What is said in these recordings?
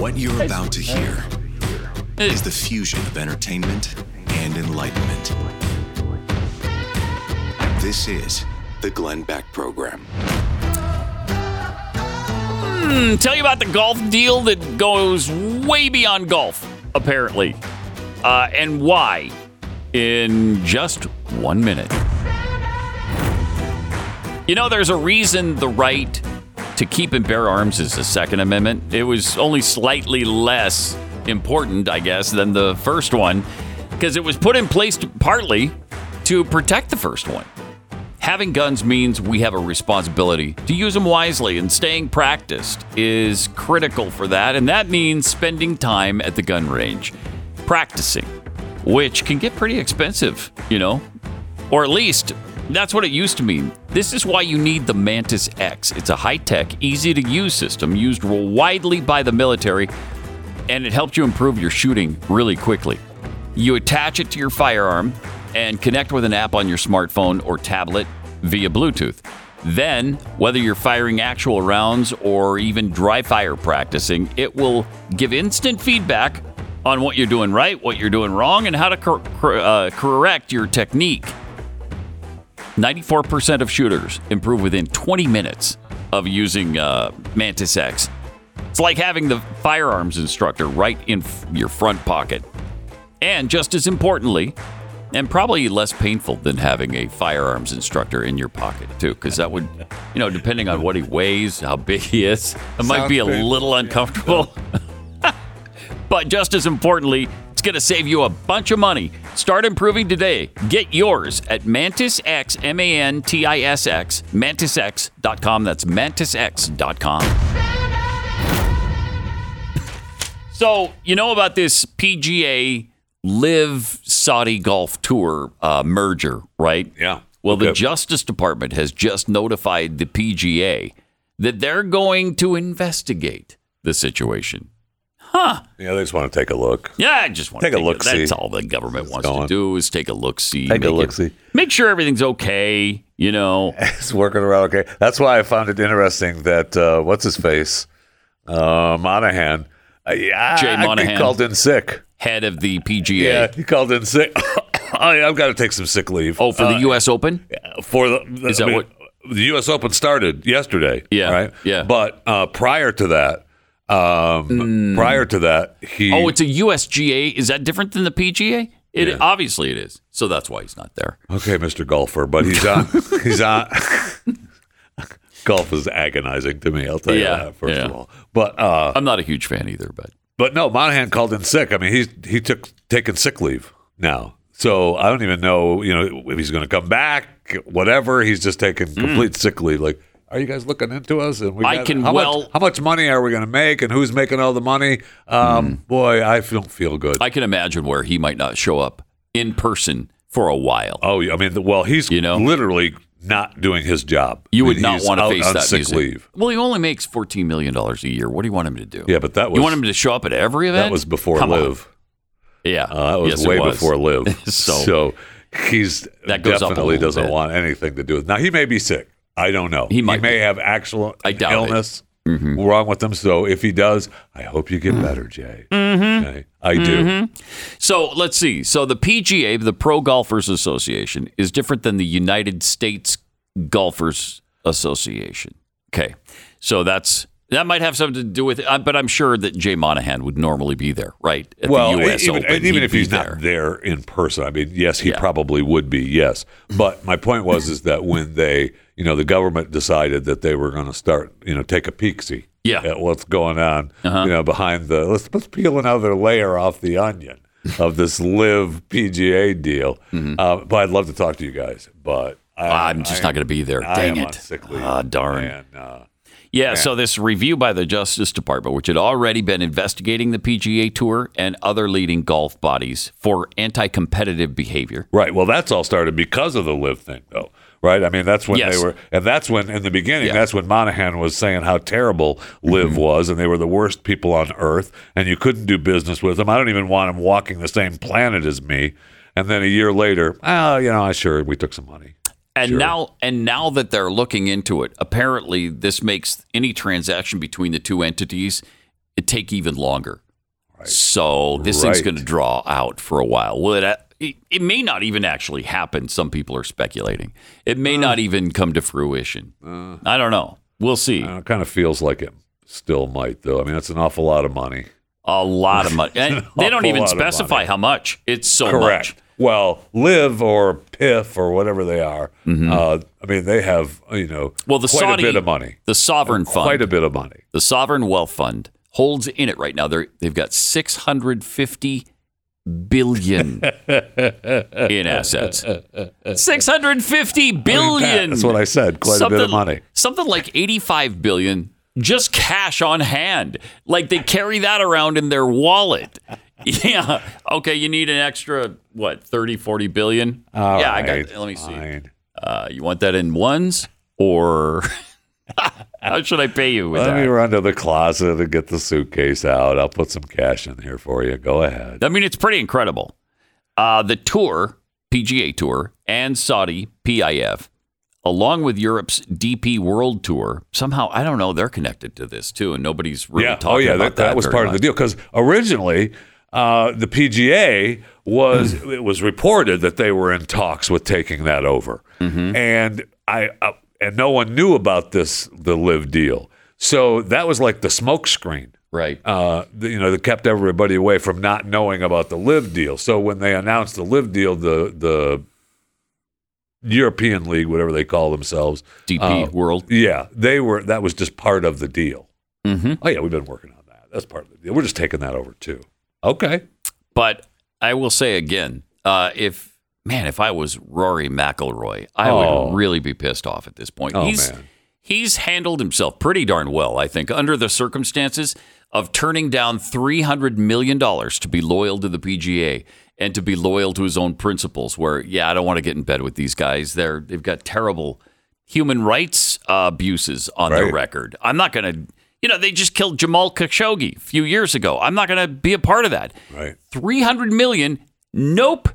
What you're about to hear is the fusion of entertainment and enlightenment. This is the Glenn Beck Program. Hmm, tell you about the golf deal that goes way beyond golf, apparently, uh, and why in just one minute. You know, there's a reason the right to keep and bear arms is the Second Amendment. It was only slightly less important, I guess, than the first one because it was put in place to, partly to protect the first one. Having guns means we have a responsibility to use them wisely, and staying practiced is critical for that. And that means spending time at the gun range, practicing, which can get pretty expensive, you know? Or at least that's what it used to mean. This is why you need the Mantis X. It's a high tech, easy to use system used widely by the military, and it helped you improve your shooting really quickly. You attach it to your firearm and connect with an app on your smartphone or tablet via Bluetooth. Then, whether you're firing actual rounds or even dry fire practicing, it will give instant feedback on what you're doing right, what you're doing wrong, and how to cor- cor- uh, correct your technique. 94% of shooters improve within 20 minutes of using uh, Mantis X. It's like having the firearms instructor right in f- your front pocket. And just as importantly, and probably less painful than having a firearms instructor in your pocket, too, because that would, you know, depending on what he weighs, how big he is, it might Sounds be a painful, little uncomfortable. but just as importantly, it's going to save you a bunch of money. Start improving today. Get yours at Mantis X, M A N T I S X, mantisx.com. That's mantisx.com. So, you know about this PGA Live Saudi Golf Tour uh, merger, right? Yeah. Well, the Justice Department has just notified the PGA that they're going to investigate the situation. Yeah, they just want to take a look. Yeah, I just want Take a to look-see. That's all the government wants to going. do is take a look see. Take a look-see. Make sure everything's okay. You know, It's working around okay. That's why I found it interesting that uh, what's his face, uh, Monahan. Uh, yeah, Jay I think Monahan. called in sick. head of the PGA. Yeah, he called in sick. I, have got to take some sick leave. Uh, Oh, for the U.S. Open. for the Is I that mean, what- the U.S. Open started yesterday? Yeah, right. yeah. but uh, prior to that, um, prior to that, he Hmm. Oh, it's a USGA. Is that different than the PGA? It Yeah. obviously it is. So that's why he's not there. okay, Mister Golfer, but he's on. he's on. Golf is agonizing to me. I'll tell Yeah, you that first of yeah. all. But uh, I'm not a huge fan either, but but no, Monahan called in sick. I mean, he's he took taken sick leave now. So I don't even know, you know, if he's going to come back, whatever. He's just taking complete sick leave. Like, are you guys looking into us? And we Hmm. I can how well- much, how much money are we going to make, and who's making all the money? Um, Boy, I don't feel good. Hmm. I can imagine where he might not show up in person for a while. oh, yeah, I mean, well, he's You know? literally not doing his job. you I would mean, not he's want to out face on that sick music. leave. Well, he only makes 14 million dollars a year. What do you want him to do? Yeah, but that was you want him to show up at every event? that was before Come on. live. Yeah, Uh, that was Yes, it way was. before live. So- so, he's That goes up a definitely little doesn't bit. want anything to do with. Now he may be sick. I don't know. He might may be. have actual I doubt it. Mm-hmm. illness wrong with him. So if he does, I hope you get better, Jay. Mm-hmm. Okay? I do. So let's see. So the PGA, the Pro Golfers Association, is different than the United States Golfers Association. Okay, so that's that might have something to do with it, uh, but I'm sure that Jay Monahan would normally be there, right? At Well, e- the U.S. even, Open, and even he'd if he's be not there in person, I mean, yes, he probably would be, yes. But my point was is that when they, you know, the government decided that they were going to start, you know, take a peek see Yeah. Uh-huh. at what's going on, you know, behind the let's let's peel another layer off the onion of this live PGA deal. Uh, but I'd love to talk to you guys, but I, Mm-hmm. I'm just I- not going to be there. I Dang am it! on sick leave, ah, darn. And, uh, Yeah, so this review by the Justice Department, which had already been investigating the PGA Tour and other leading golf bodies for anti competitive behavior. Right. Well, that's all started because of the live thing, though. Right. I mean, that's when Yes. they were, and that's when in the beginning, Yeah. Mm-hmm. that's when Monahan was saying how terrible live was, and they were the worst people on earth, and you couldn't do business with them. I don't even want them walking the same planet as me. And then a year later, oh, you know, I sure we took some money. And now and now that they're looking into it, apparently this makes any transaction between the two entities it'd take even longer. So this thing's Right. going to draw out for a while. Will it? uh, It it may not even actually happen. Some people are speculating. It may not Uh. even come to fruition. I don't know. We'll see. And it kind of feels like it still might, though. I mean, that's an awful lot of money. A lot of money. And they don't awful even lot of money. specify how much. It's so much. Correct. Well, Live or PIF or whatever they are, uh, I mean, they have you know Mm-hmm. Well, the quite Saudi a bit of money, The sovereign fund. quite a bit of money. the sovereign wealth fund holds in it right now. They're, they've got 650 billion in assets. 650 billion. That's what I said. Quite a bit of money. Something like 85 billion just cash on hand. Like they carry that around in their wallet. Yeah. Okay, you need an extra what? 30 40 billion? All yeah, I right, got let me see. fine. Uh, you want that in ones or how should I pay you with Let that? me run to the closet and get the suitcase out. I'll put some cash in here for you. Go ahead. I mean, it's pretty incredible. Uh, the tour, PGA Tour, and Saudi PIF, along with Europe's DP World Tour, somehow, I don't know, they're connected to this too, and nobody's really yeah. talking Oh, yeah. about That, that. that was very part of the much. deal because originally uh, the PGA was Hmm. it was reported that they were in talks with taking that over, Mm-hmm. and I uh, and no one knew about this the live deal. So that was like the smokescreen. Right. uh, the- you know, that kept everybody away from not knowing about the live deal. So when they announced the live deal, the the European League, whatever they call themselves, DP uh, World. yeah, they were. That was just part of the deal. Mhm. Oh yeah, we've been working on that. That's part of the deal. We're just taking that over too. Okay. But I will say again, uh, if, man, if I was Rory McIlroy, I Oh. would really be pissed off at this point. Oh, he's, man. he's handled himself pretty darn well, I think, under the circumstances of turning down $300 million to be loyal to the PGA and to be loyal to his own principles, where, yeah, I don't want to get in bed with these guys. They're, they've got terrible human rights uh, abuses on their Right. record. I'm not going to, you know, they just killed Jamal Khashoggi a few years ago. I'm not going to be a part of that. Right. 300 million, nope.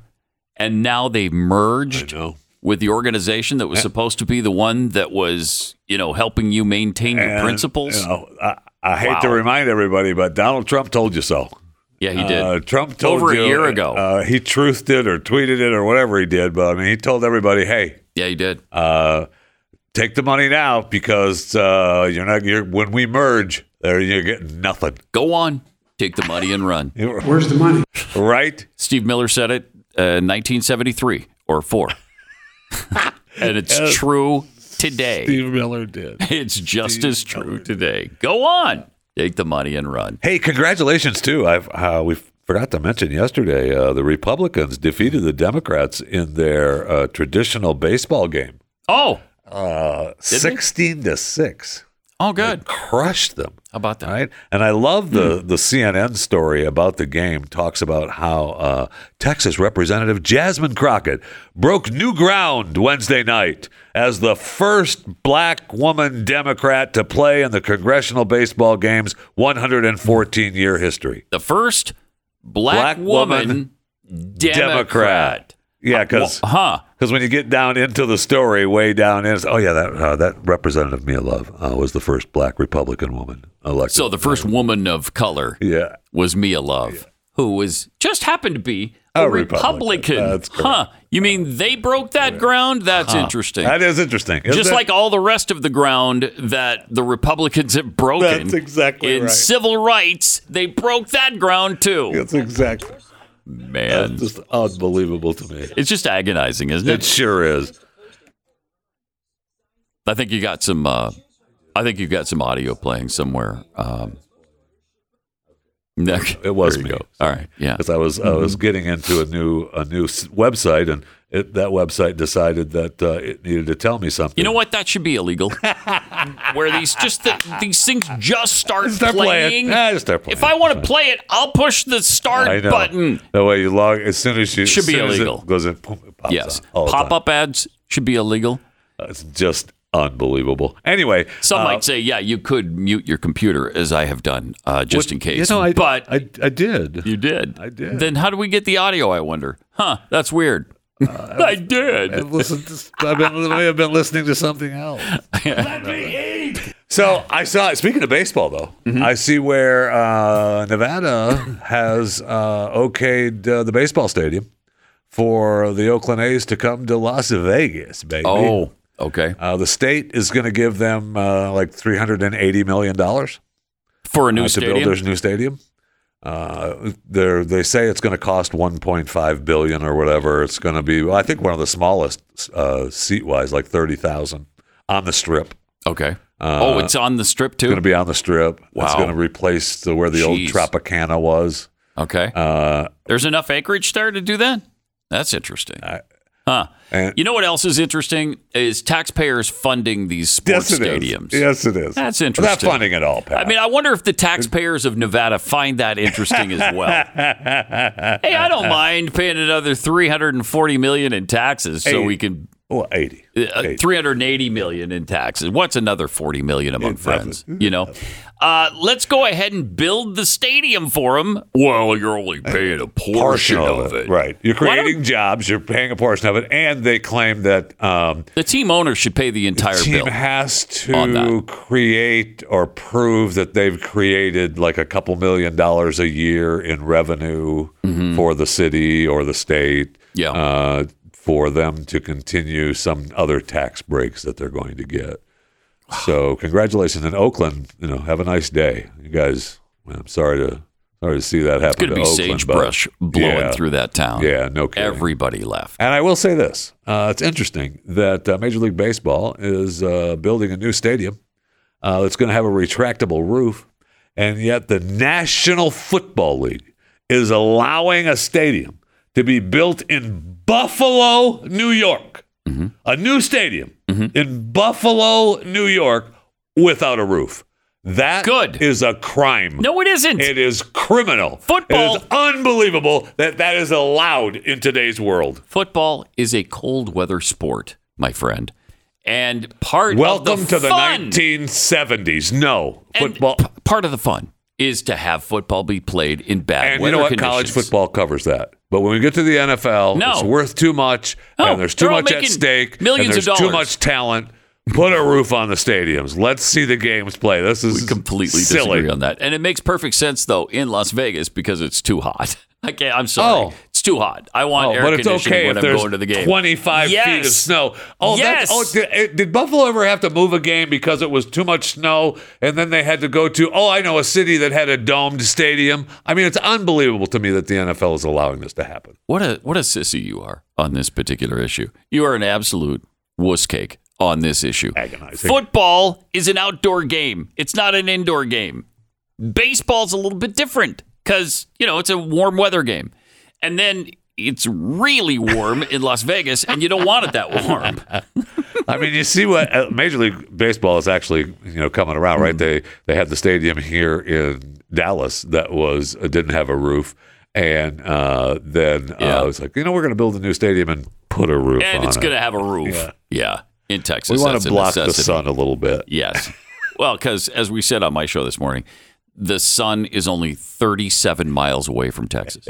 And now they've merged You know. with the organization that was supposed to be the one that was, you know, helping you maintain your And, principles. you know, I, I hate to Wow. remind everybody, but Donald Trump told you so. yeah, he did. Uh, Trump told Over a you, year ago. Uh, he truthed it or tweeted it or whatever he did, but I mean, he told everybody, "Hey, yeah, he did. uh, take the money now because uh, you're not. You're, when we merge, there you're getting nothing, Go on, take the money and run. Where's the money? right? Steve Miller said it uh, 1973 or four, and it's true today. Miller did. It's just as true today. Go on, take the money and run. Hey, congratulations too. I've uh, we forgot to mention yesterday uh, the Republicans defeated the Democrats in their uh, traditional baseball game, Oh, uh, they? sixteen to six. oh, good. Crushed them. How about that? Right, and I love the Hmm. the CNN story about the game. Talks about how uh, Texas Representative Jasmine Crockett broke new ground Wednesday night as the first Black woman Democrat to play in the congressional baseball game's 114 year history. The first black, Black woman woman, Democrat. Yeah, because Huh. when you get down into the story, way down in, it's, oh yeah, that uh, that Representative Mia Love uh, was the first Black Republican woman elected. So the first woman of color yeah. was Mia Love, who was just happened to be a, A Republican. Republican. That's correct. huh? You mean they broke that ground? That's interesting. That is interesting. isn't just it? like all the rest of the ground that the Republicans have broken That's exactly in right. civil rights, they broke that ground too. That's exactly. Man, just unbelievable to me. it's just agonizing, isn't it? It sure is. I think you got some. Uh, I think you got some audio playing somewhere. Um, Nick, It was there you me. go. All right, yeah. Because I was I Mm-hmm. was getting into a new a new s- website, and it, that website decided that uh, it needed to tell me something. You know what? That should be illegal. Where these just the, these things just start, Start playing. Ah, just start playing. If I want to play it, I'll push the I start know. button. That way you log as soon as you Should as be soon as it illegal. goes in, boom, it pops Yes, on all the pop time. up ads should be illegal. It's just unbelievable. Anyway, Some uh, might say, yeah, you could mute your computer, as I have done, uh, just what- in case. You know, I, but I I did. you did. I did. Then how do we get the audio? I wonder. Huh? That's weird. Uh, I did. I've listened to, I've been, I've been listening to something else. Let me eat. So I saw. Speaking of baseball, though, I see where uh, Nevada has uh, okayed uh, the baseball stadium for the Oakland A's to come to Las Vegas, baby. Oh, okay. Uh, the state is going to give them uh, like three hundred and eighty million dollars For a new uh, to build stadium. their new stadium. Uh, they're- they say it's going to cost 1.5 billion or whatever. It's going to be, well, I think, one of the smallest uh, seat-wise, like 30,000 on the strip. Okay. oh, it's on the strip too. Going to Uh, be on the strip. It's Wow. going to replace the, where the Jeez. old Tropicana was. okay. Uh, There's enough acreage there to do that. That's interesting. huh. and- You know what else is interesting is taxpayers funding these sports yes, it is. stadiums. Yes, it is. That's Not interesting. funding at all, Pat. I mean, I wonder if the taxpayers of Nevada find that interesting as well. hey, I don't mind paying another 340 million in taxes so Hey, we can well, 80. uh, Hey. 380 million in taxes. What's another 40 million among nothing. friends? You know, uh, let's go ahead and build the stadium for them. Well, you're only paying a portion, portion of it. Right. You're Why don't- creating jobs, you're paying a portion of it, and they claim that um, The team owner should pay the entire team bill. has on to that. create or prove that they've created like a couple million dollars a year in revenue Mm-hmm. for the city or the state. Yeah. Uh, for them to continue some other tax breaks that they're going to get. So congratulations in Oakland. You know, have a nice day, you guys. I'm sorry to sorry to see that happen. It's going to to be Oakland, sagebrush but- blowing Yeah. through that town. Yeah, no kidding. Everybody left. And I will say this: uh, it's interesting that uh, Major League Baseball is uh, building a new stadium uh, that's going to have a retractable roof, and yet the National Football League is allowing a stadium to be built in Buffalo, New York, Mm-hmm. a new stadium in Buffalo, New York, without a roof. That Good. is a crime. No, it isn't. It is criminal. Football- It is unbelievable that that is allowed in today's world. Football is a cold weather sport, my friend. And part Welcome of the to the fun, 1970s. No and football, p- part of the fun is to have football be played in bad and you weather know what? conditions. College football covers that. But when we get to the NFL, No. it's worth too much, No, and there's too they're all much at making stake, millions of and there's dollars. too much talent. Put a roof on the stadiums. Let's see the games play. This is Completely silly. disagree on that. And it makes perfect sense though in Las Vegas because it's too hot. I can't. I'm sorry. Oh. It's too hot. I want Oh, air but it's conditioning okay when if I'm there's going to the game. 25 feet of Yes. snow. Oh, Yes. that's, oh did, eh, did Buffalo ever have to move a game because it was too much snow and then they had to go to, oh, I know a city that had a domed stadium? I mean, it's unbelievable to me that the NFL is allowing this to happen. What a what a sissy you are on this particular issue. You are an absolute wuss cake on this issue. Agonizing. Football is an outdoor game. It's not an indoor game. Baseball's a little bit different because you know it's a warm weather game, and then it's really warm in Las Vegas, and you don't want it that warm. I mean, you see what uh, Major League Baseball is actually, you know, coming around, right? Mm-hmm. They they had the stadium here in Dallas that was uh, didn't have a roof, and uh, then Yeah. uh, it's like, you know, we're going to build a new stadium and put a roof And on it's it. going to have a roof. Yeah, Yeah. in Texas, we want that's to a block the necessity. sun a little bit. Yes. Well, because as we said on my show this morning, the sun is only 37 miles away from Texas.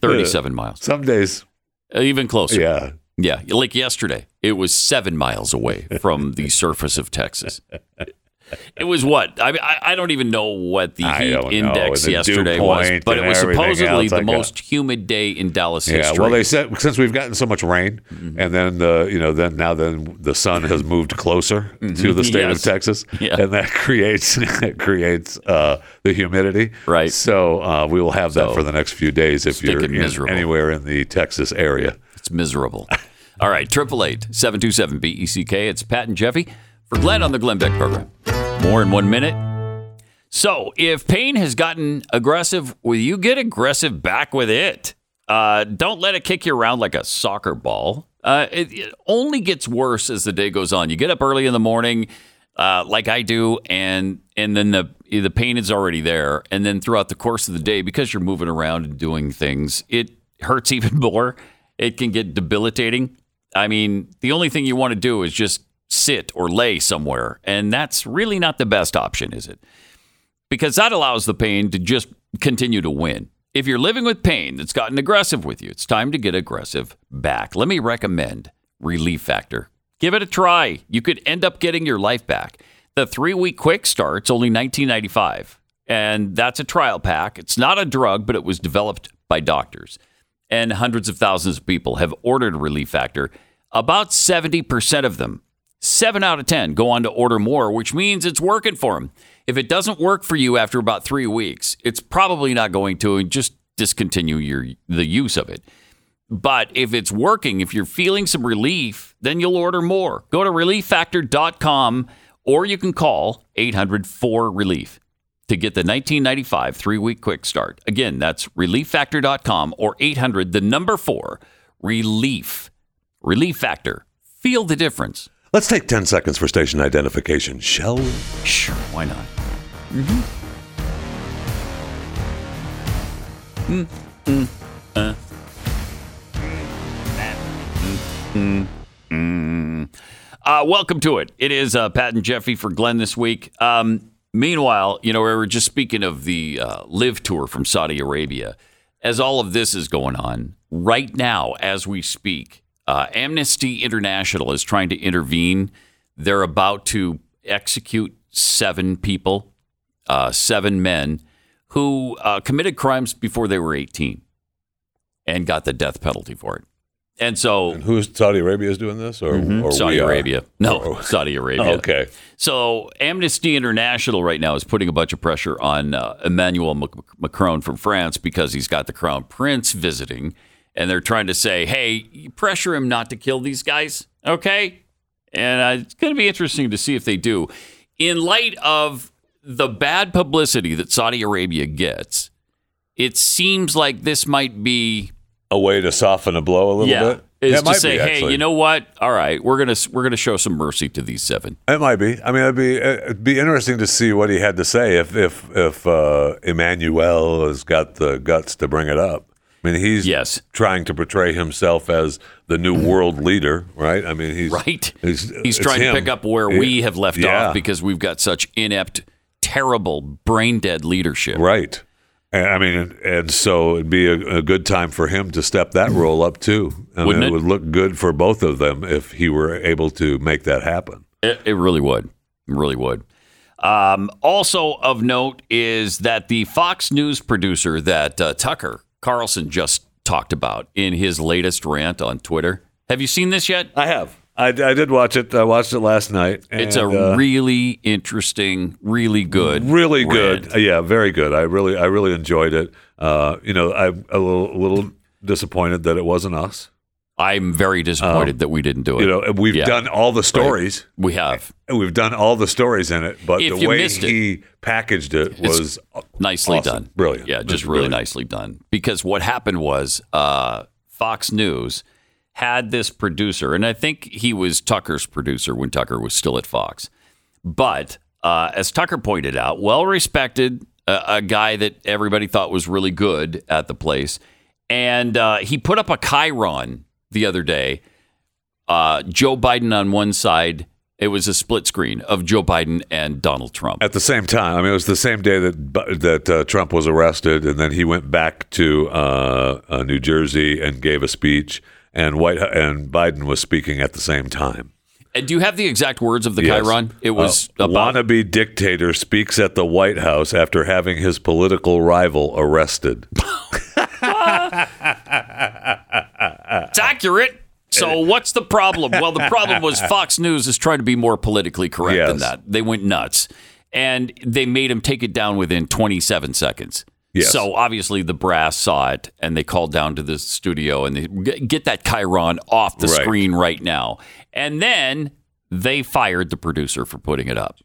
37 miles. Uh, Some days, Even closer. yeah. Yeah, like yesterday, it was seven miles away from the surface of Texas. It was what I mean, I, I don't even know what the I heat don't know, index and the dew yesterday was, point but it and was everything supposedly else, the I got- most humid day in Dallas Yeah, history. well, they said since we've gotten so much rain, Mm-hmm. and then the you know then now then the sun has moved closer to the state Mm-hmm. Yes. of Texas, Yeah. and that creates it creates uh, the humidity. Right. So uh, we will have that So, for the next few days if you're stinking in- miserable. anywhere in the Texas area. it's miserable. All right, triple eight seven two seven B E C K. It's Pat and Jeffy for Glenn on the Glenn Beck program. More in one minute. So, if pain has gotten aggressive, will you get aggressive back with it? Uh, don't let it kick you around like a soccer ball. Uh, it, it only gets worse as the day goes on. You get up early in the morning, uh, like I do, and and then the the pain is already there. And then throughout the course of the day, because you're moving around and doing things, it hurts even more. It can get debilitating. I mean, the only thing you want to do is just sit or lay somewhere, and that's really not the best option, is it? because that allows the pain to just continue to win. If you're living with pain that's gotten aggressive with you, it's time to get aggressive back. Let me recommend Relief Factor. Give it a try. You could end up getting your life back. The three week quick start's only 1995 and that's a trial pack. It's not a drug, but it was developed by doctors. And hundreds of thousands of people have ordered Relief Factor. About 70% of them, 7 out of 10, go on to order more, which means it's working for them. If it doesn't work for you after about three weeks, it's probably not going to, and just discontinue your, the use of it. But if it's working, if you're feeling some relief, then you'll order more. Go to relieffactor.com or you can call 800 4 Relief to get the 1995 three week quick start. Again, that's relieffactor.com or 800 the number 4 Relief. Relief Factor. Feel the difference. Let's take 10 seconds for station identification, shall we? Sure, why not? Mm-hmm. Uh, welcome to it. It is uh, Pat and Jeffy for Glenn this week. Um, meanwhile, you know, we were just speaking of the uh, live tour from Saudi Arabia. As all of this is going on right now, as we speak, uh, Amnesty International is trying to intervene. They're about to execute seven people, uh, seven men who uh, committed crimes before they were 18 and got the death penalty for it. And so Who's Saudi Arabia is doing this, or, or Mm-hmm. Saudi we are? Oh, Arabia. No, Saudi Arabia. Okay. So Amnesty International right now is putting a bunch of pressure on uh, Emmanuel Mac- Macron from France because he's got the crown prince visiting, and they're trying to say, "Hey, pressure him not to kill these guys." Okay, and uh, it's going to be interesting to see if they do. In light of the bad publicity that Saudi Arabia gets, it seems like this might be A way to soften a blow a little bit. is Yeah, it to might say, be, hey, actually. you know what? All right, we're gonna we're gonna show some mercy to these seven. It might be. I mean, it'd be it'd be interesting to see what he had to say if if if uh, Emmanuel has got the guts to bring it up. I mean, he's Yes. trying to portray himself as the new world leader, right? I mean, he's Mm-hmm. Right. He's, He's it's trying him. to pick up where we have left Yeah. off because we've got such inept, terrible, brain dead leadership. right. And, I mean, and, and so it'd be a, a good time for him to step that role up too. I Mm-hmm. Wouldn't mean, it? it would look good for both of them if he were able to make that happen. It, it really would. It really would. Um, also of note is that the Fox News producer that uh, Tucker Carlson just talked about in his latest rant on Twitter. Have you seen this yet? I have. I, I did watch it. I watched it last night. It's a and, uh, really interesting, really good, really rant. good. Yeah, very good. I really, I really enjoyed it. Uh, you know, I'm a little, a little disappointed that it wasn't us. I'm very disappointed that we didn't do it. Um, You know, we've Yeah. done all the stories. we have We've done all the stories in it, but If the you way missed it- he packaged it was nicely Awesome. done. Brilliant. Yeah, just That's really brilliant. nicely done. Because what happened was uh, Fox News had this producer, and I think he was Tucker's producer when Tucker was still at Fox. But uh, as Tucker pointed out, well respected, uh, a guy that everybody thought was really good at the place. And uh, he put up a Chiron the other day. Uh, Joe Biden on one side. It was a split screen of Joe Biden and Donald Trump. at the same time. I mean, it was the same day that Bu- that uh, Trump was arrested, and then he went back to uh, uh, New Jersey and gave a speech, and White Hou- and Biden was speaking at the same time. And Uh, do you have the exact words of the Yes. Chiron? It was Uh, about wannabe dictator speaks at the White House after having his political rival arrested. it's accurate. So what's the problem? Well, the problem was Fox News is trying to be more politically correct than Yes. that. They went nuts, and they made him take it down within 27 seconds. Yes. So obviously the brass saw it, and they called down to the studio and they "G- get that Chiron off the Right. screen right now. And then they fired the producer for putting it up.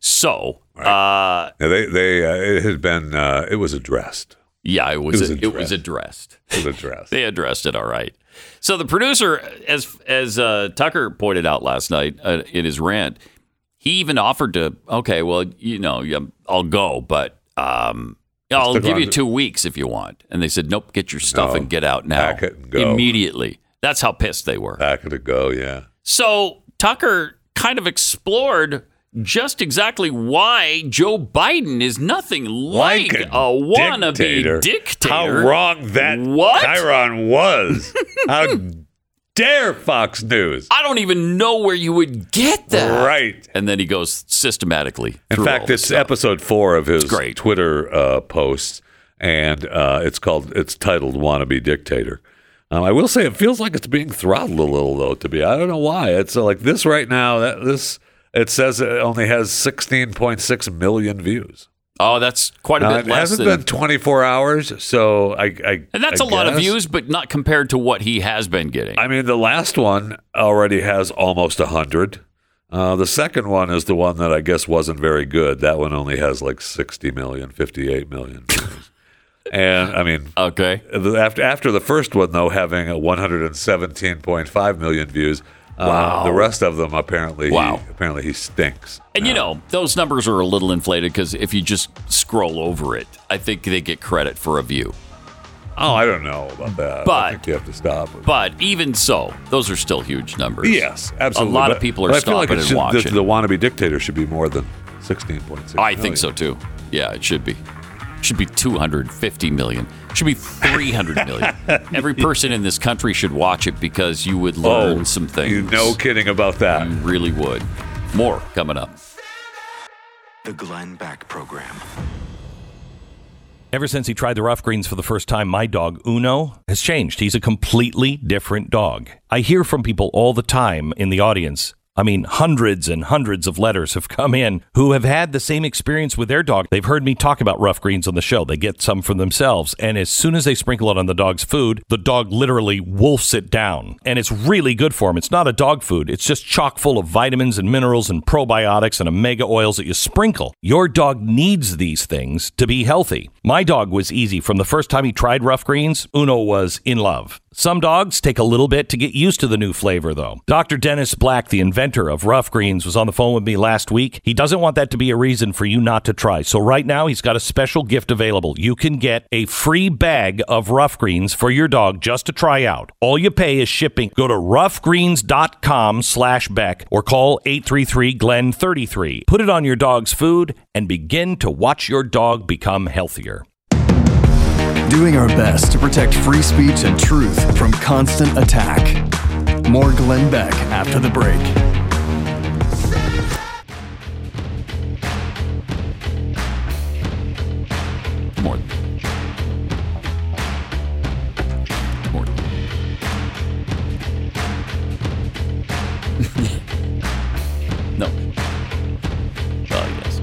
So. Uh, Now, they they uh, it had been uh, it was addressed. yeah, it was was it was addressed. addressed. It was addressed. They addressed it all right. So the producer, as as uh, Tucker pointed out last night uh, in his rant, he even offered to, okay, well, you know, yeah, I'll go, but um, I'll stick give around you to- two weeks if you want. And they said, nope, get your stuff No. and get out now, Pack it and go. immediately. That's how pissed they were. Back it to go. Yeah. So Tucker kind of explored just exactly why Joe Biden is nothing like, a, wannabe dictator. How wrong that What? Chiron was. How dare Fox News? I don't even know where you would get that. Right. And then he goes systematically. In through all fact, this it's stuff. episode four of his great. Twitter uh, posts, and uh, it's called it's titled "Wannabe Dictator." Um, I will say it feels like it's being throttled a little though. To be, I don't know why. It's uh, like this right now. That this it says it only has sixteen point six million views. Oh, that's quite a Now, bit it less Uh, hasn't than. been twenty four hours, so I. I and that's a a lot of views, but not compared to what he has been getting. I mean, the last one already has almost 100. Uh, the second one is the one that I guess wasn't very good. That one only has like 60 million, 58 million. views. and I mean, okay. the- after, after the first one, though, having a 117.5 million views, uh, the rest of them apparently, Wow. he, apparently he stinks. And you know, those numbers are a little inflated because if you just scroll over it, I think they get credit for a view. Oh, I don't know about that. I But- think you have to stop. it. But even so, those are still huge numbers. yes, absolutely. A lot of But- people are but I feel like stopping it and should- watching. The, the wannabe dictator should be more than 16.6. I think so too. Yeah, it should be. Should be 250 million. Should be 300 million. Every person in this country should watch it because you would learn some things. Mm. you- No kidding about that. You really would. More coming up. The Glenn Back Program. Ever since he tried the rough greens for the first time, my dog, Uno, has changed. He's a completely different dog. I hear from people all the time in the audience. I mean, hundreds and hundreds of letters have come in who have had the same experience with their dog. They've heard me talk about rough greens on the show. They get some for themselves. And as soon as they sprinkle it on the dog's food, the dog literally wolfs it down. And it's really good for him. It's not a dog food, it's just chock full of vitamins and minerals and probiotics and omega oils that you sprinkle. Your dog needs these things to be healthy. My dog was easy. From the first time he tried rough greens, Uno was in love. Some dogs take a little bit to get used to the new flavor, though. Dr. Dennis Black, the inventor of Rough Greens, was on the phone with me last week. He doesn't want that to be a reason for you not to try. So, right now, he's got a special gift available. You can get a free bag of Rough Greens for your dog just to try out. All you pay is shipping. Go to roughgreens.com slash Beck or call 833-GLEN-33. Put it on your dog's food and begin to watch your dog become healthier. doing our best to protect free speech and truth from constant attack. More Glenn Beck after the break. More. More. no. Oh, yes.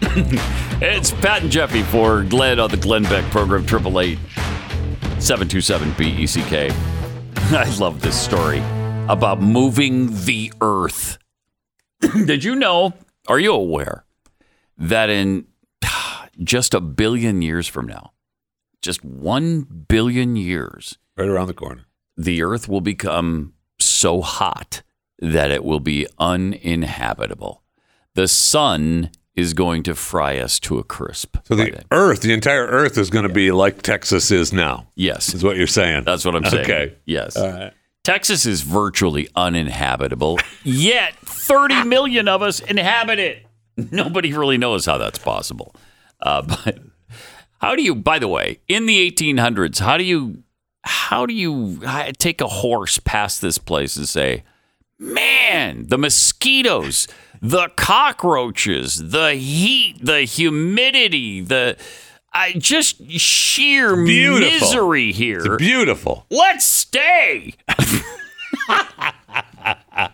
it's Pat and Jeffy for Glenn on the Glenn Beck program, 888 727 BECK. E I love this story about moving the earth. Did you know? Are you aware that in just a billion years from now, just one billion years, Right around the corner. the earth will become so hot that it will be uninhabitable. The sun is going to fry us to a crisp. So by the then. Earth, the entire Earth, is going to be like Texas is now. yes, Is what you're saying? that's what I'm saying. Okay. Yes. Texas is virtually uninhabitable, yet 30 million of us inhabit it. Nobody really knows how that's possible. Uh, but how do you, by the way, in the 1800s, how do you, how do you hi- take a horse past this place and say, man, the mosquitoes, the cockroaches, the heat, the humidity, the I, just sheer Beautiful. misery here. It's beautiful. Let's stay. I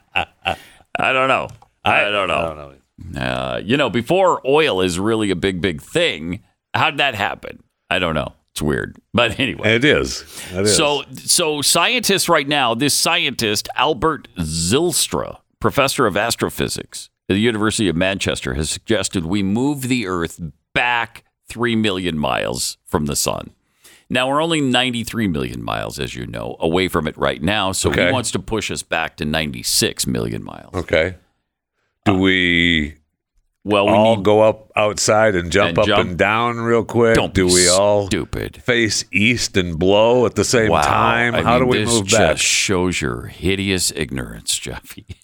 don't know. I, don't know. Uh, you know, before oil is really a big, big thing, how'd that happen? I don't know. It's weird. But anyway. It is. It is. So, so scientists right now, this scientist, Albert Zylstra, professor of astrophysics at the University of Manchester, has suggested we move the Earth back 3 million miles from the sun. Now, we're only 93 million miles, as you know, away from it right now. So Okay. he wants to push us back to 96 million miles. Okay. Do we Well, uh, we all need go up outside and jump And up jump. and down real quick? don't do be we all stupid face east and blow at the same wow. time? I How mean, do we this move just back? shows your hideous ignorance, Jeffy.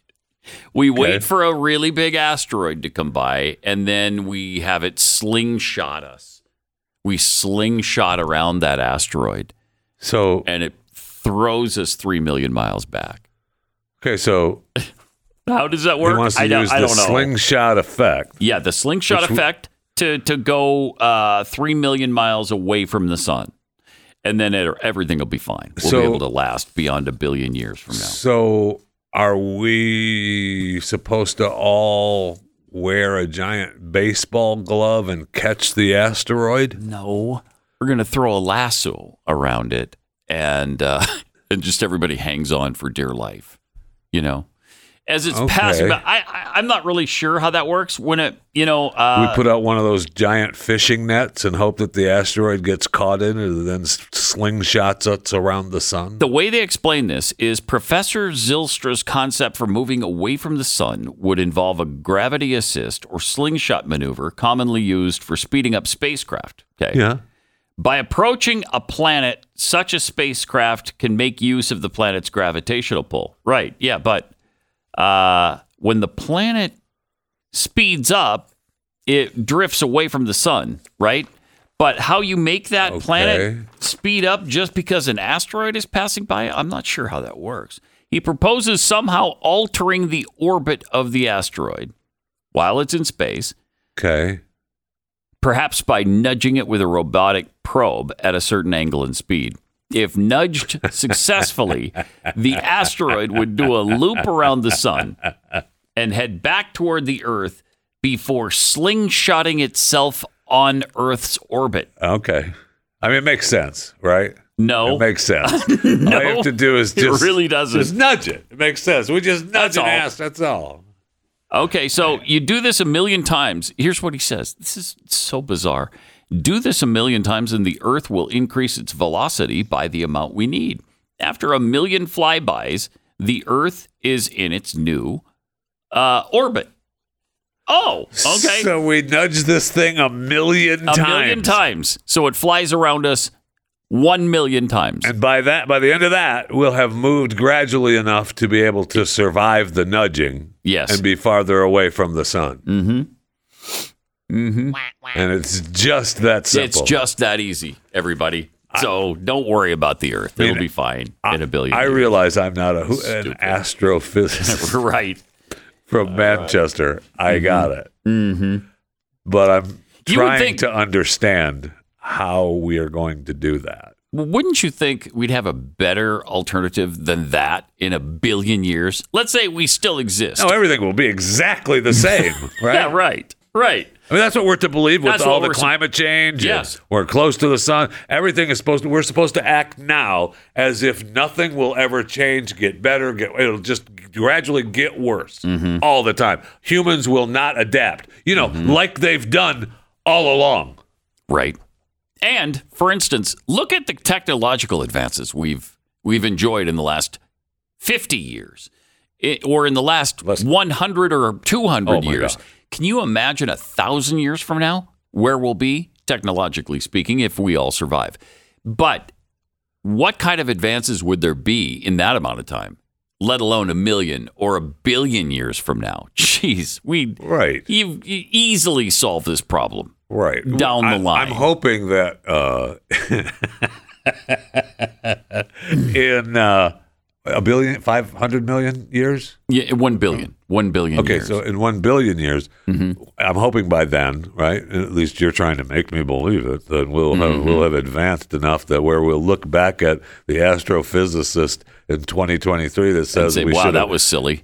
We wait for a really big asteroid to come by, and then we have it slingshot us. We slingshot around that asteroid, So and it throws us 3 million miles back. Okay, so How does that he work? wants to I, don't, use I the don't know. slingshot effect. yeah, the slingshot effect to, to go uh, 3 million miles away from the sun. And then it, everything will be fine. We'll So- be able to last beyond a billion years from now. So are we supposed to all wear a giant baseball glove and catch the asteroid? No. We're going to throw a lasso around it and uh, and just everybody hangs on for dear life, you know. As it's passing Okay. by, I, I, I'm not really sure how that works. When it, you know, uh, we put out one of those giant fishing nets and hope that the asteroid gets caught in it and then s- slingshots us around the sun. the way they explain this is Professor Zylstra's concept for moving away from the sun would involve a gravity assist or slingshot maneuver commonly used for speeding up spacecraft. Okay. Yeah. By approaching a planet, such a spacecraft can make use of the planet's gravitational pull. Right. Yeah. But uh, when the planet speeds up, it drifts away from the sun. Right. But how you make that planet speed up just because an asteroid is passing by, I'm not sure how that works. He proposes somehow altering the orbit of the asteroid while it's in space Okay. perhaps by nudging it with a robotic probe at a certain angle and speed. If nudged successfully, the asteroid would do a loop around the sun and head back toward the Earth before slingshotting itself on Earth's orbit. Okay. I mean, it makes sense, right? No. It makes sense. no, All you have to do is it just really doesn't. Just nudge it. It makes sense. We just nudge That's an all. ass. That's all. Okay, so you do this a million times. Here's what he says. This is so bizarre. Do this a million times, and the Earth will increase its velocity by the amount we need. After a million flybys, the Earth is in its new uh, orbit. Oh, okay. So we nudge this thing a million a times. million times. So it flies around us one million times. And by that, by the end of that, we'll have moved gradually enough to be able to survive the nudging Yes. and be farther away from the sun. mm-hmm. And it's just that simple. It's just that easy, everybody. So don't worry about the Earth. It'll be fine in a billion. I years. realize I'm not a, who- an Stupid. astrophysicist right. from Manchester. I got it. Mm-hmm. But I'm You would trying think- to understand how we are going to do that. Well, wouldn't you think we'd have a better alternative than that in a billion years? Let's say we still exist. No, everything will be exactly the same, right? Oh, yeah, right, right. I mean, that's what we're to believe with That's all what the we're- climate change. and Yes. We're close to the sun. Everything is supposed to, we're supposed to act now as if nothing will ever change, get better, get, it'll just gradually get worse all the time. Humans will not adapt, you know, like they've done all along. Right. And for instance, look at the technological advances we've we've enjoyed in the last 50 years i- or in the last 100 or 200 my years. God. Can you imagine a 1,000 years from now where we'll be technologically speaking if we all survive? But what kind of advances would there be in that amount of time? Let alone a million or a billion years from now. Jeez, we Right. you, you easily solve this problem. Right. Down the I- line. I'm hoping that uh, in uh, a billion, 500 million years. Yeah, one billion. One billion Okay, years. Mm-hmm. so in one billion years, I'm hoping by then, right? At least you're trying to make me believe it. That we'll have, Mm-hmm. we'll have advanced enough that where we'll look back at the astrophysicist in 2023 that and says say, we wow, should that have was silly.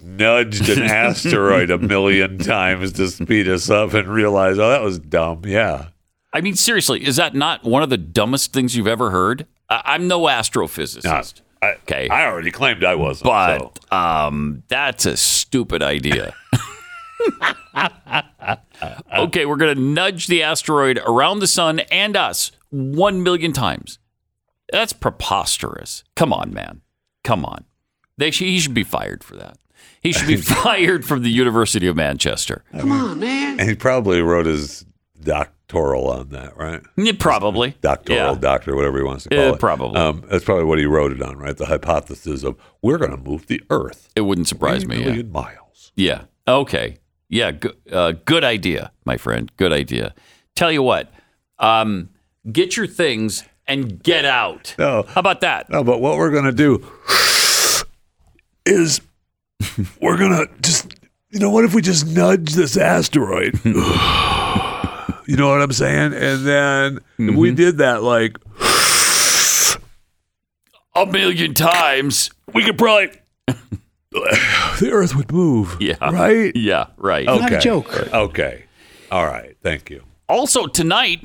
nudged an asteroid a million times to speed us up and realize, oh, that was dumb. Yeah, I mean, seriously, is that not one of the dumbest things you've ever heard? I- I'm no astrophysicist. I, okay. I already claimed I wasn't. so. but um, that's a stupid idea. okay, we're going to nudge the asteroid around the sun and us one million times. That's preposterous. Come on, man. Come on. They sh- he should be fired for that. He should be fired from the University of Manchester. and he probably wrote his doctoral on that, right? Yeah, probably. doctoral Yeah. doctor, whatever he wants to call Yeah, it. probably. Um, that's probably what he wrote it on, right? The hypothesis of we're going to move the Earth It wouldn't surprise a me. Yeah. million miles. Yeah. Okay. Yeah. G- uh, good idea, my friend. Good idea. Tell you what, um, get your things and get out. Uh. No. How about that? No, but what we're going to do is we're going to just, you know, what if we just nudge this asteroid? you know what I'm saying? And then if Mm-hmm. we did that, like, A million times. we could probably, the Earth would move. Yeah. Right? Yeah, right. Oh. Not a joke. Okay. All right. Thank you. Also tonight,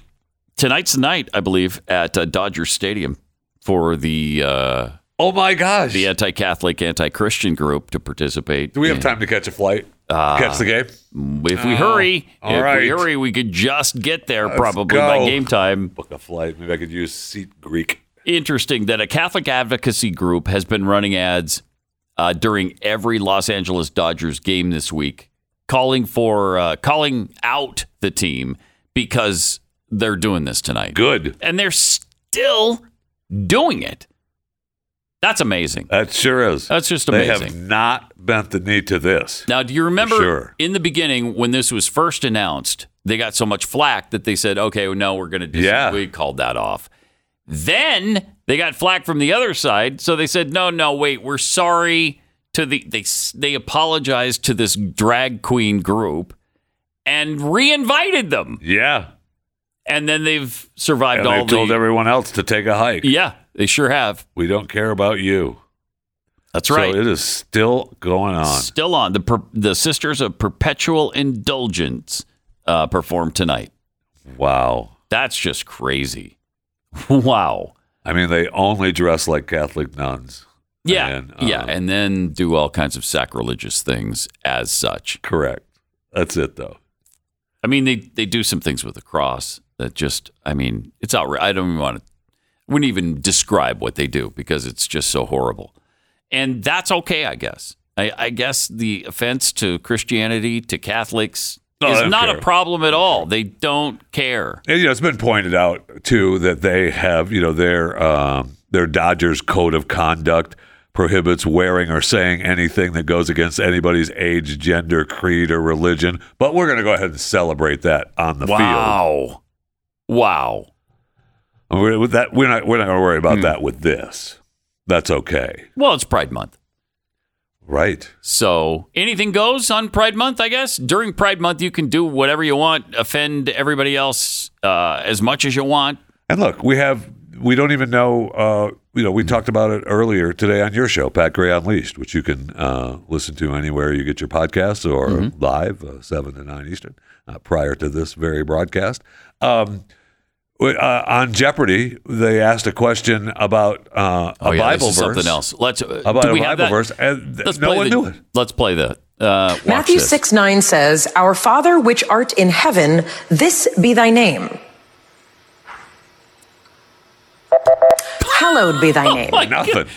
tonight's the night, I believe, at uh, Dodger Stadium for the uh, Oh my gosh. the anti-Catholic, anti-Christian group to participate. Do we have time to catch a flight? Uh, catch the game? If we hurry, all if we right. hurry, we could just get there probably go. by game time. Book a flight. Maybe I could use seat Greek. Interesting that a Catholic advocacy group has been running ads uh, during every Los Angeles Dodgers game this week, calling for uh, calling out the team because they're doing this tonight, Good. and they're still doing it. That's amazing. That sure is. That's just They amazing. have not bent the knee to this. Now, do you remember sure. in the beginning when this was first announced, they got so much flack that they said, okay, well, no, we're going to dis- Yeah. We called that off. Then they got flack from the other side. So they said, no, no, wait, we're sorry to the, they, s- they apologized to this drag queen group and reinvited them. Yeah. And then they've survived And all they've the, told everyone else to take a hike. yeah, they sure have. We don't care about you. That's right. So it is still going on. Still on. The, per- the Sisters of Perpetual Indulgence uh, perform tonight. Wow. That's just crazy. Wow. I mean, they only dress like Catholic nuns. Yeah. And, yeah. uh, And then do all kinds of sacrilegious things as such. Correct. That's it, though. I mean, they, they do some things with the cross that just, I mean, it's outrageous. I don't even want to, wouldn't even describe what they do because it's just so horrible. And that's okay, I guess. I, I guess the offense to Christianity, to Catholics, No, they is Oh, don't not a care. problem at all. They don't care. And, you know, it's been pointed out too that they have, you know, their um, their Dodgers code of conduct prohibits wearing or saying anything that goes against anybody's age, gender, creed, or religion. But we're going to go ahead and celebrate that on the field. Wow. Wow. And We're, with that, we're not we're not going to worry about that with this. That's okay, Well, it's Pride Month. right? So anything goes on Pride Month, I guess. During Pride Month, you can do whatever you want, offend everybody else uh, as much as you want. And look, we have we don't even know. Uh, you Hmm. know, we talked about it earlier today on your show, Pat Gray Unleashed, which you can uh, listen to anywhere you get your podcasts or Mm-hmm. live uh, seven to nine Eastern uh, prior to this very broadcast. Um, we- uh, on Jeopardy, they asked a question about uh, a Oh, yeah, Bible this is verse. something else. Let's uh, About do a we have Bible that? verse, and th- Let's no play one the, knew it. Let's play that. Uh, watch Matthew this. 6 9 says, Our Father which art in heaven, this be thy name. Hallowed be thy name. Nothing.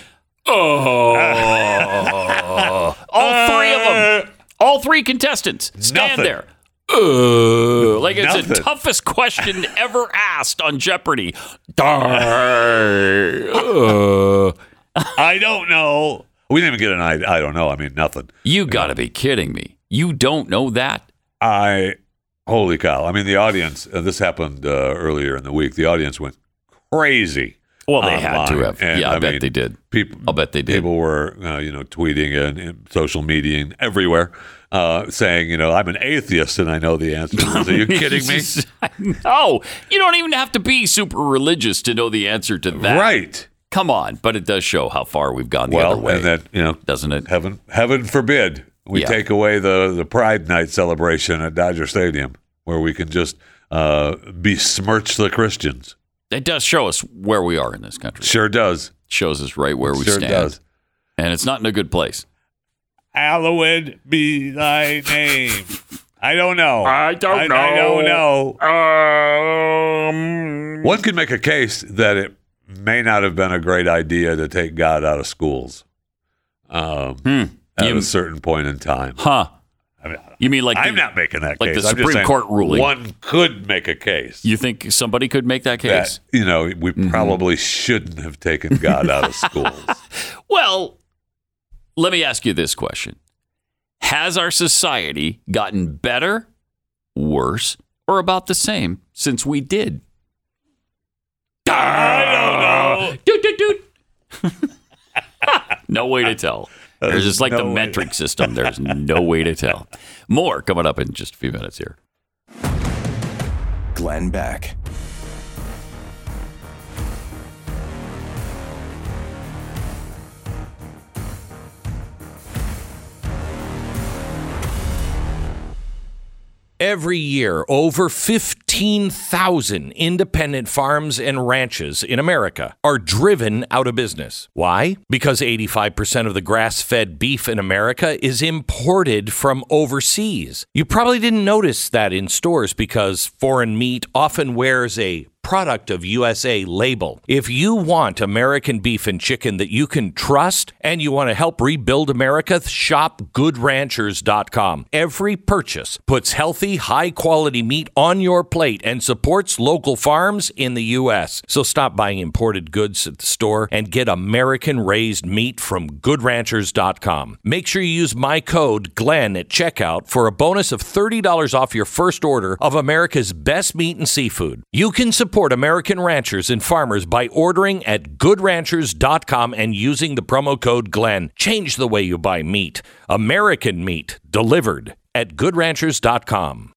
Oh. All three of them. All three contestants stand Nothing. there. Uh, like it's the Nothing. toughest question ever asked on Jeopardy. Darn. Uh. I don't know. We didn't even get an I, I don't know. I mean, nothing. you got to be kidding me. You don't know that? I holy cow! I mean, the audience. Uh, this happened uh, earlier in the week. The audience went crazy. Well, they had to online. have. And, yeah, I, bet mean, they did. People, I'll bet they did. People were, uh, you know, tweeting and, and social media and everywhere, uh, saying, you know, I'm an atheist and I know the answer. Are you kidding me? no, you don't even have to be super religious to know the answer to that. Right. Come on, but it does show how far we've gone the other Well, way, and then you know, doesn't it? heaven, heaven forbid we Yeah. take away the the Pride Night celebration at Dodger Stadium, where we can just uh, besmirch the Christians. It does show us where we are in this country. Sure does. shows us right where we sure stand, does. and it's not in a good place. Hallowed be thy name. I don't know. I don't I don't know. Um, One could make a case that it may not have been a great idea to take God out of schools um, at Hmm. You- a certain point in time. huh? you mean like I'm the- not making that like case. the I'm just Supreme saying Court ruling. One could make a case You think somebody could make that case? Mm-hmm. that you know we probably shouldn't have taken God out of schools. Well, let me ask you this question Has our society gotten better, worse, or about the same since we did? I go doot doot doot. no way to tell. There's just like the no way. metric system. There's no way to tell. More coming up in just a few minutes here. Glenn Beck. Every year, over 15,000 independent farms and ranches in America are driven out of business. Why? Because 85% of the grass fed beef in America is imported from overseas. You probably didn't notice that in stores because foreign meat often wears a product of USA label. If you want American beef and chicken that you can trust and you want to help rebuild America, shop goodranchers.com. Every purchase puts healthy, high quality meat on your plate and supports local farms in the U.S. So stop buying imported goods at the store and get American raised meat from goodranchers.com. Make sure you use my code GLEN at checkout for a bonus of $30 off your first order of America's best meat and seafood. You can support American ranchers and farmers by ordering at goodranchers.com and using the promo code GLEN. Change the way you buy meat. American meat delivered at goodranchers.com.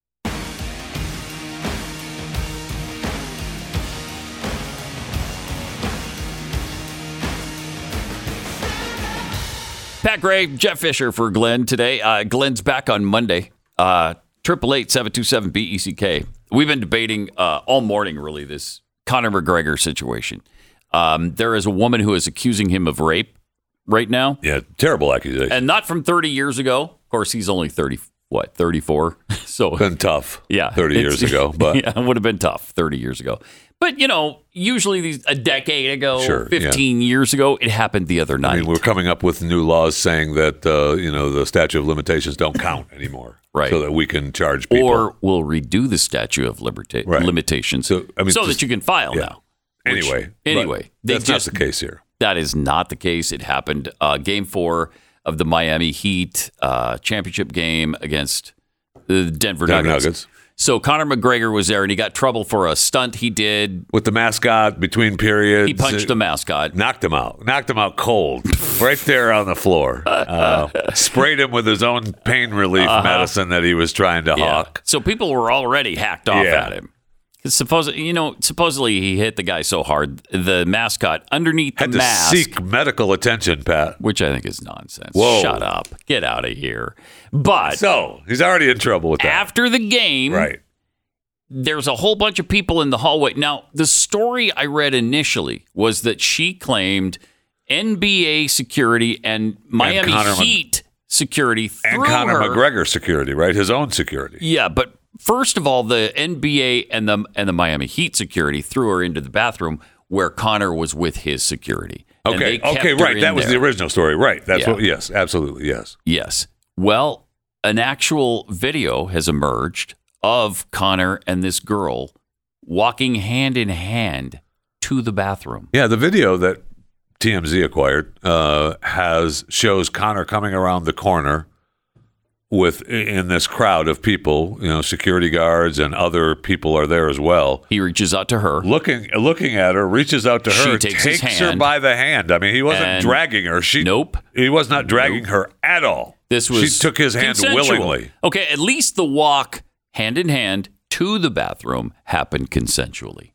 Pat Gray, Jeff Fisher for Glenn today. Uh, Glenn's back on Monday. Uh, Triple eight seven two seven B E C K. We've been debating uh, all morning, really, this Conor McGregor situation. Um, there is a woman who is accusing him of rape right now, Yeah, terrible accusation. and not from thirty years ago. Of course, he's only thirty. What thirty four? So been tough. yeah, thirty it's- years ago, but yeah, it would have been tough thirty years ago. But you know, usually these a decade ago, Sure, yeah. fifteen years ago, it happened the other I night. mean, we're coming up with new laws saying that uh, you know the statute of limitations don't count anymore, Right. So that we can charge people. or we'll redo the statute of liberty Right. limitations so, So, I mean, that just- you can file yeah. now. anyway, but anyway, they that's just- not the case here. That is not the case. It happened uh, game four of the Miami Heat uh, championship game against the Denver Denver Nuggets. Nuggets. So Conor McGregor was there and he got trouble for a stunt he did. With the mascot between periods, He punched uh, the mascot. knocked him out, knocked him out cold, right there on the floor. Uh, sprayed him with his own pain relief medicine that he was trying to Uh-huh. Yeah. hawk. So people were already hacked off Yeah. at him. Supposedly, you know, supposedly he hit the guy so hard the mascot underneath Had the to mask seek medical attention, Pat. which I think is nonsense. Whoa. Shut up. Get out of here. But So he's already in trouble with that, after the game, right? there's a whole bunch of people in the hallway. Now, the story I read initially was that she claimed NBA security and Miami Conor Mc- Heat security And through Conor her. McGregor security, right? His own security. Yeah, but first of all, the NBA and the and the Miami Heat security threw her into the bathroom where Connor was with his security. And they Okay. kept Okay. her Right. in That was there. the original story. Right. That's Yeah. what. Yes. Absolutely. Yes. Yes. Well, an actual video has emerged of Connor and this girl walking hand in hand to the bathroom. Yeah. The video that TMZ acquired uh, has shows Connor coming around the corner with in this crowd of people. You know, security guards and other people are there as well. He reaches out to her. Looking, looking at her, reaches out to She her, takes his her hand. by the hand. I mean, he wasn't And- dragging her. She Nope. He was not dragging her at all. This was she took his hand consensual. willingly. Okay, at least the walk hand in hand to the bathroom happened consensually.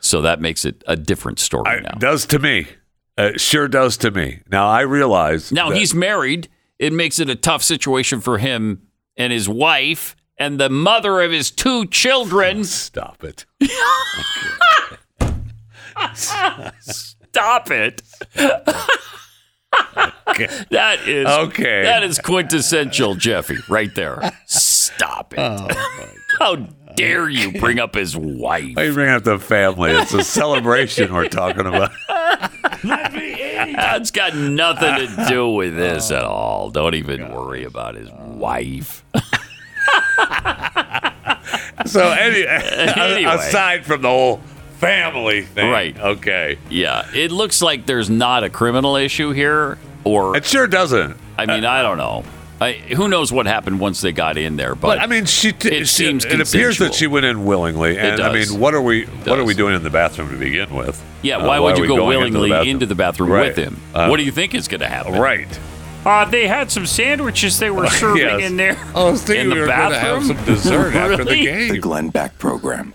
So that makes it a different story I, now. Does to me, uh, sure does to me. Now I realize Now that- he's married. It makes it a tough situation for him and his wife and the mother of his two children. Stop it. Stop it. that is Okay. That is quintessential Jeffy right there. Stop it. Oh, How dare you bring up his wife? Why you bring up the family? It's a celebration we're talking about. That's got nothing to do with Oh. this at all. Don't even worry about his wife. So any, Anyway. aside from the whole family thing, Right. Okay, Yeah, it looks like there's not a criminal issue here or it sure doesn't. I mean, I don't know. I, who knows what happened once they got in there? But, I mean, she. T- It she- seems It appears consensual. that she went in willingly, and I does. mean, what are we? What are does. we doing in the bathroom to begin with? yeah, Uh, why would are you we go going willingly into the, bathroom Right. with him? Uh, what do you think is going to happen? Right. Uh, they had some sandwiches they were serving Yes. in there. I was thinking In the we were going to have bathroom? some dessert after the Really? game. The Glenn Beck Program.